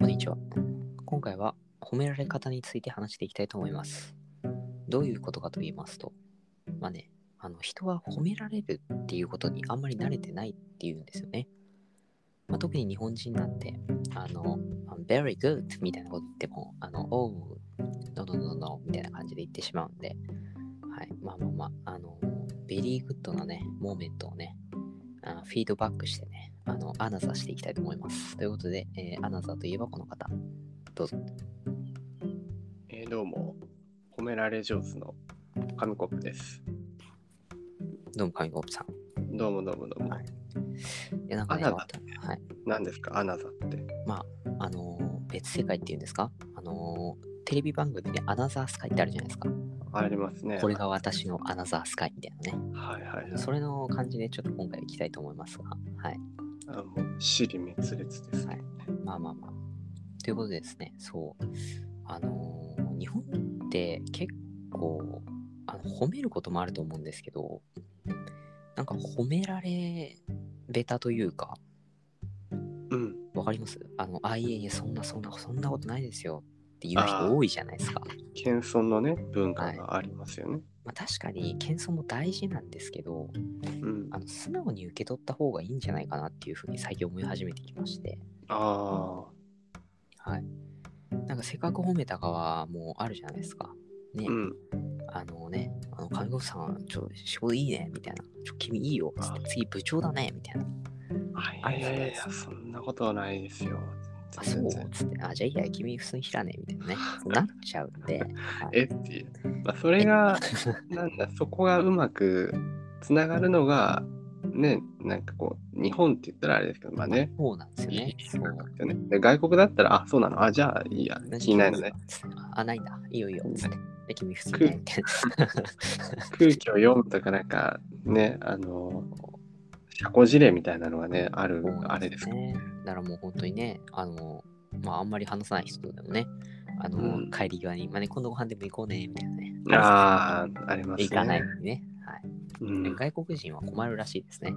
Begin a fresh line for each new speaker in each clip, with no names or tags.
にちは。今回は褒められ方について話していきたいと思います。どういうことかと言いますと、まあね、あの人は褒められるっていうことにあんまり慣れてないっていうんですよね。まあ、特に日本人なんて、あの、very good みたいなこと言っても、あの、oh, no, no, no, no みたいな感じで言ってしまうんで、はい、まあまあまあ、あの、ベリーグッドなね、モーメントをね、あフィードバックしてね、あの、アナザーしていきたいと思います。ということで、えーアナザーといえばこの方。どうぞ。
えーどうも、褒められ上手の紙コップです。
どうも、神コップさん。
どうもどうもどうも。
はいいや、なんかね、
アナザ
またはい。
何ですか、アナザって。
あのー別世界っていうんですかあのーテレビ番組でアナザースカイってあるじゃないですか。
ありますね。
これが私のアナザースカイみたいなね。
はいはいはい。
それの感じでちょっと今回行きたいと思いますが。はい。
あもう、尻滅裂です、ね。
まあまあまあ。ということでですね、そう。あのー日本って結構あの、褒めることもあると思うんですけど、なんか褒められベタというか、
うん。
わかりますあの、あ、いえいえ、そんな、そんな、そんなことないですよって言う人多いじゃないですか。
謙遜のね、文化がありますよね。
まあ、確かに、謙遜も大事なんですけど、
うん。
あの素直に受け取った方がいいんじゃないかなっていうふうに最近思い始めてきまして、
あ
はい。なんかせっかく褒めたかはもうあるじゃないですか。ね、
あ、うん。
あのね、あの、看護婦さん、ちょ、仕事いいね、みたいな。ちょ、君いいよ、つって次部長だね、みたいな。
あい
あ
やいやいやいや、そんなことはないですよ。
あ、そ
全
う
然全然。
つって、あ、じゃあいいや、君普通に平ね、みたい なね。なっちゃうんで。はい
えっていう。まあ、それが、なんだ、そこがうまくつながるのが、ね、なんかこう、日本って言ったらあれですけど、まあね、
そうなんですよね。そう。
よね。で外国だったら、あ、そうなの、あ、じゃあいいや、気にないのね。。
あ、ないんだ。いいよいいよ。つって。で、君普通にね、みたいな。
空気を読むとか、なんかね、あの、社交辞令みたいなのがね、ある
そうなん、
あれですか。
ね。だからもう本当にね、あの、まああんまり話さない人でもね、あの、
うん
帰り際に、まあね、今度ご飯でも行こうね、みたいなね。
ああ、ありますね。
行かないのにね。はい。
うん、
外国人は困るらしいですね。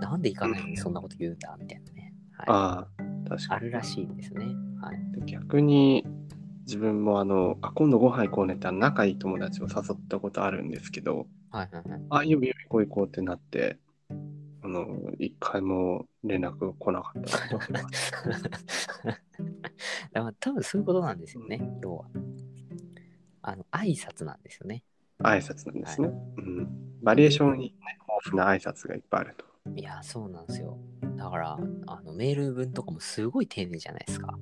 なんで行かないのにそんなこと言うんだみたいなね。はい、
ああ、確
あ
か
るらしいんですね。はい、
に。逆に、自分もあの、あ、今度ご飯行こうねって、あの仲いい友達を誘ったことあるんですけど、
はい、はい はい。
あ、いいよいいよ行こう行こうってなって、あの、一回も連絡来なかったことがあります。
だから多分そういうことなんですよね、要は。あの、挨拶なんですよね。
挨拶なんですね。うん。バリエーションに、ね、豊富な挨拶がいっぱいあると。
いや、そうなんですよ。だから、あのメール文とかもすごい丁寧じゃないですか。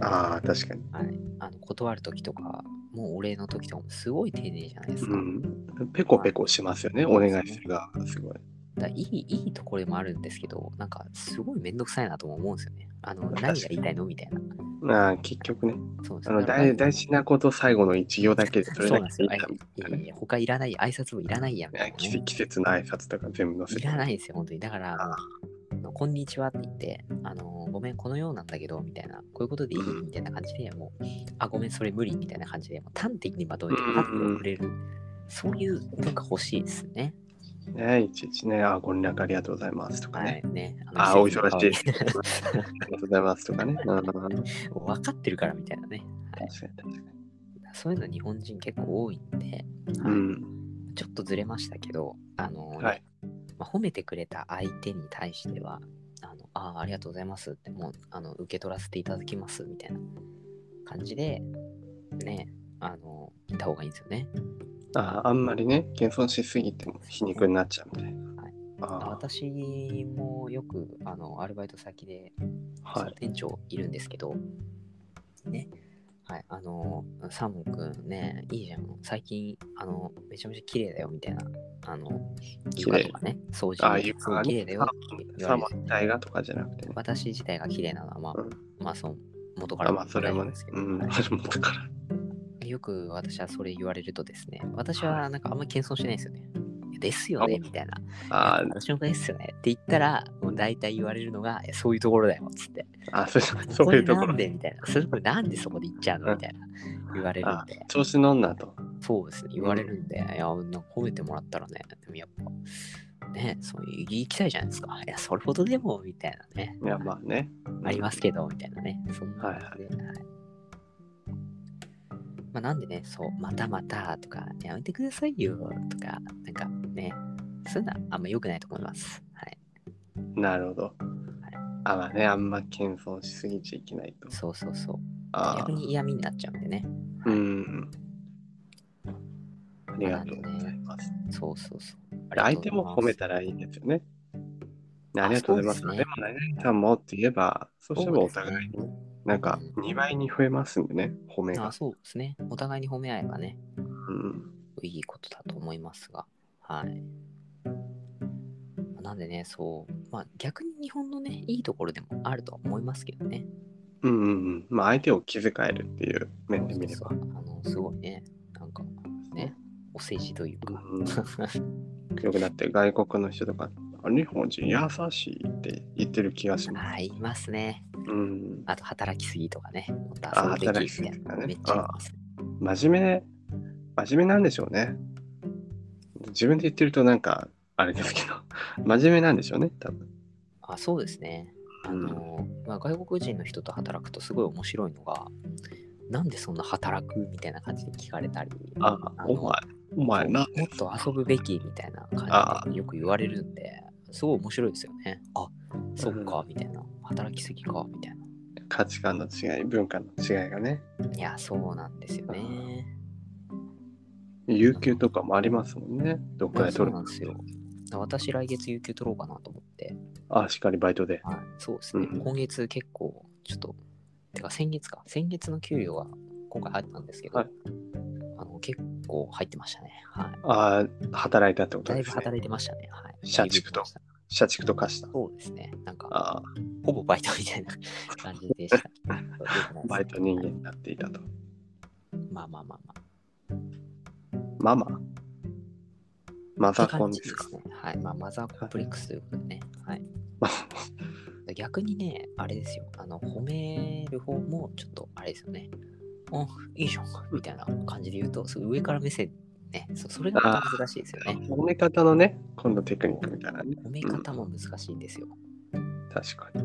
ああ、確かに。
はい、あの断るときとか、もうお礼のときとかもすごい丁寧じゃないですか。
うん。ペコペコしますよね、お願いする側がすごい。
だからいいいいところでもあるんですけど、なんかすごいめんどくさいなとも思うんですよね。あの
確かに
何が言いたいのみたいな。
まあ、結局ね、
そうです
あの
だから
大大事なこと最後の一行だけで
そ
取
う
れ
なん
な
で
く
す
ていい
よ。
ん
あい
だみたい
いやいや他いらない、挨拶もいらないやんみ
な
た
ね
いなね、
季季節の挨拶とか全部載せ
い
て。
らないですよ、本当に。だから、
あ
あのこんにちはって言って、あのごめん、このようなんだけど、みたいな、こういうことでいい
うん
みたいな感じで、もう、あ、ごめん、それ無理みたいな感じで、もう端的にまとめて、
うん
パッと送れる、そういう文化欲しいですね。
ね、いちいちね、あ、ご連絡ありがとうございますとか
は
ね。
い、ね。
あ、お忙しい。あ
い。
りがとうございますと かね。うん、確かに
分かってるからみたいなね。はい、
確かに。
そういうの日本人結構多いんで、
う
はい
ん。
ちょっとずれましたけど、あのね
はい
まあ、褒めてくれた相手に対しては、あのあーありがとうございますって、もうあの受け取らせていただきますみたいな感じで、ね、あの、言った方がいいんですよね。
あ、あんまりね、謙遜しすぎても皮肉になっちゃうみたいな。
はい
あ
私もよくあのアルバイト先で
あ、は
その
い。
店長いるんですけど、ね、はい、あの、サーモンくんね、いいじゃん、最近、あの、めちゃめちゃ綺麗だよみたいな、あの、
綺麗
床とかね、掃
ああ、
除
いう
すごい綺麗だよって言
サ
わ
ー
れ
モ
て
ン体がとかじゃなくてね。
私自体が綺麗なのは、まあ、
うん
まあ、その、元から
あまあ、それ
大丈夫
もね
です。けど
うん、
は
それもだから。
いよく私はそれ言われるとですね、私はなんかあんまり謙遜してないですよね。いやですよね
あ
みたいな。
あ
私の方がいいっすよねって言ったら、もう大体言われるのが、いやそういうところだよっつって。
あ、そうそういうとこ
れな
ろ
ん。でみたい な。それこれなんでそこで行っちゃうのみたいな。言われるん
あ
で。
調子乗んなと。
そうですね。言われるんで。いや、なんか褒めてもらったらね。でもやっぱ、ね、そういう行きたいじゃないですか。いや、それほどでも、みたいなね。
いや、まあね。
ありますけど、みたいなね。そんな感じで。はいまあ、なんでね、そう、またまたとか、やめてくださいよとか、なんかね、そういうのはあんま良くないと思います。はい。
なるほど。あまあね、あんま謙遜しすぎちゃいけないと。
そうそうそう。
ああ
逆、に嫌味になっちゃうんでね。
うん。ありがとうございます。
そうそうそう。
相手も褒め
て
たらいいんですよね。ありがとうございます。
そ
で
うですね
も、何々さんもって言えば、そうすればお互いに
そうで、
なんか2倍に増えますんでね、褒めが
あ。そうですね。お互いに褒め合えばね、
うん。
いいことだと思いますが。はい。なんでね、そう、まあ逆に日本のね、いいところでもあるとは思いますけどね。
うんうんうん。まあ、相手を気遣えるっていう面で見れば
そう。そうあの、すごいね、なんか、ね、お世辞というか。
うんよくなって外国の人とか、あ日本人優しいって言ってる気がします。
あいますね。
うん、
あと、働きすぎとかね。もっと遊
あ
ぶべ
働き
き
す
み
ぎ
たい
と
な
か
め
ね
っちゃいます。
真面目、真面目なんでしょうね。自分で言ってるとなんか、あれですけど、真面目なんでしょうね、多分。
あそうですね。あの、まあ、外国人の人と働くとすごい面白いのが、なんでそんな働くみたいな感じで聞かれたり、
あ
あ、の
お前、お前な。
もっと遊ぶべきみたいな感じでよく言われるんで、すごい面白いですよね。あそっか、みたいな。働きすぎか、みたいな。
価値観の違い、文化の違いがね、
いや、そうなんですよね。
有給とかもありますもんね、どっかで
そう
取る
なんですよ。私、来月有給取ろうかなと思って。
あ、しっかりバイトで。
はい、そうですね。
うん
今月結構、ちょっと、てか先月か。先月の給料が今回入ったんですけど、
はい
あの結構入ってましたね。はい。
あ働いたってこと
だい
で
ぶ
すね。
働いてましたね。はい。
社畜と社畜と化した。
そうですね。なんか、
あ
ほぼバイトみたいな感じ でした。
バイト人間
間。
になっていたと。
まあまあまあまあ。
マママザ
って
コ
感
ン
じ
ですか
ね。はい。まあ、マザーコンプレックスということでね。はい。 逆にね、あれですよ、あの褒める方もちょっとあれですよね。おいいじゃんみたいな感じで言うと、そう上から目線、ねそ、それがまた難しいですよね。
褒め方のね、今度テクニックみたいなね。
褒め方も難しいんですよ。
確かに。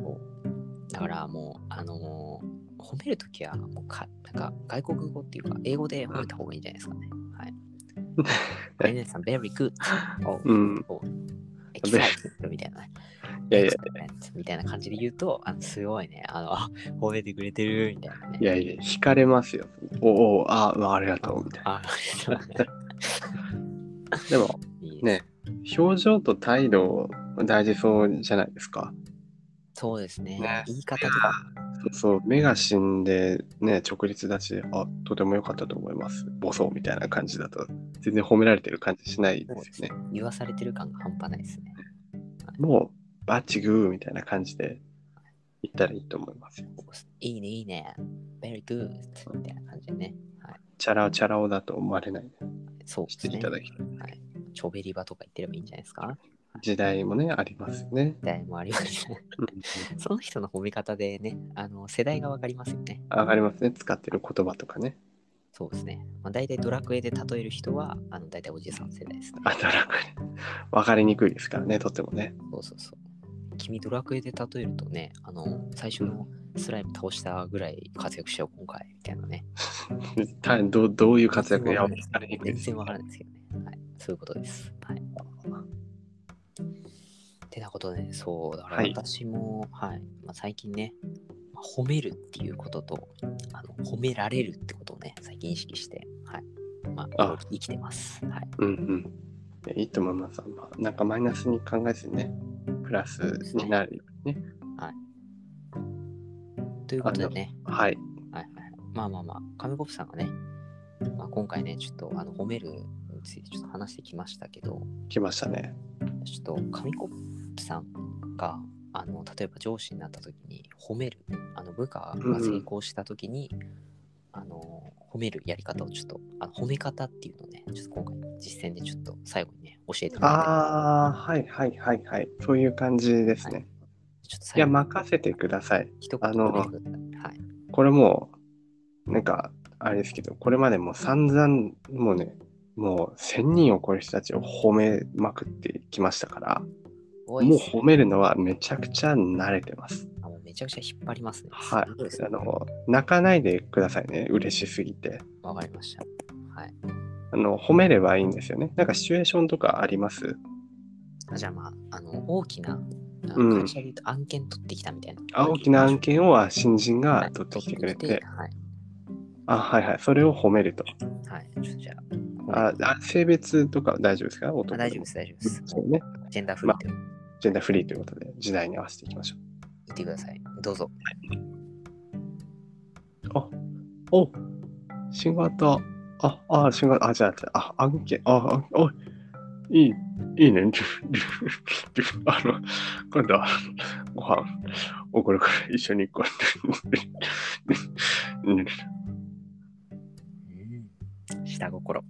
だからもう、あのー褒めるときはもうか、なんか外国語っていうか、英語で褒めた方がいいんじゃないですかね。 はい。ベネさん、very good. お
うん。
エキサイティングみたいなね。
いやいや
Excellent みたいな感じで言うと、あのすごいね、あの、 あ褒めてくれてるみたいなね。
いやいや、惹かれますよ。おお、ああ、ありがとう、みたいな。
あ、そうね。
でも、
いい
ね、表情と態度大事そうじゃないですか。
そうですね。
ね
言い方とか、
そう、目が死んで、ね、直立だし、あ、とても良かったと思います。ボソみたいな感じだと、全然褒められてる感じしないで
そうですす
よ
ね
ね。。
言わされてる感が半端ないですね。
もう、バッチグーみたいな感じで言ったらいいと思いますよ。
いいね、いいね。very good みたいな感じでね。はい、
チャラオチャラオだと思われないで
そうで
し
す
てい
ね
た。だきたい。
チョベリバとか言ってればいいんじゃないですか。
時代もね、ありますよね。
誰もありますね。 その人の褒め方でね、あの世代がわかりますよね。
上がりますね、使ってる言葉とかね。
そうですね。まあ、大体ドラクエで例える人は、あの大体おじさん世代ですね。
あ、ドラクエ。分かりにくいですからね、とってもね。
そうそうそう。君ドラクエで例えるとね、あの、最初のスライム倒したぐらい活躍しちゃう今回、みたいなね。
たどうどういう活躍いや、
全
分かりにくいです
然。わからないですけどね。はい。そういうことです。はい。ってなことで、ね、そう、だから
はい
私も、はい、まあ、最近ね、まあ褒めるっていうことと、あの褒められるってことをね、最近意識して、はい。まあ、
あ
いろいろ生きてます。はい。
うんうんいや。いいと思います。まあ、なんかマイナスに考えずにね、プラスになるようにね。
ということでね、
はい。
はいはいはい。まあまあまあ、紙コップさんがね、まあ、今回ね、ちょっとあの褒めるについてちょっと話してきましたけど、
来ましたね。
ちょっと紙コップさんがあの例えば上司になった時に褒めるあの部下が成功した時に、あの褒めるやり方をちょっとあの褒め方っていうのをねちょっと今回実践でちょっと最後にね教えてもらっ
ああ、はいはいはいはい。そういう感じですね。
てちょっと
い
最
や、
後に
任せてください。
一
あの
言褒めてくださいはい
これもう、なんか、あれですけど、これまでもう散々、もうね、もう1000人を超える人たちを褒めまくってきましたから、
多い
もう
ですね
褒めるのはめちゃくちゃ慣れてます。
あもうめちゃくちゃ引っ張りますね。
はい
すごです。ね
あの、泣かないでくださいね。嬉しすぎて。
わかりました。はい。
あの、褒めればいいんですよね。なんかシチュエーションとかあります
あじゃあまあ、あの、大きな、あ
うん
会社で言うと案件取ってきたみたいな。
あ大きな案件をあ新人
は
が
い
取ってきてくれ、
取ってきはい。
あ、はいはい、それを褒めると。
はい。ちょっとじゃあ、
あ
あ、
あ性別とか大丈夫ですか男。
大丈夫ですす、大丈夫です。
そうね。
ジェンダーフリーって言
ジェンダーフリーということで、時代に合わせていきましょう。
ってください。どうぞ。
あ、お仕事。あ、あ、仕事。あ、じゃあ、じゃあ、あ案件。あ、あおいいい、いいね。ルフルフルフあの、今度は、ご飯、おごるから一緒に行こう。
うん。下心。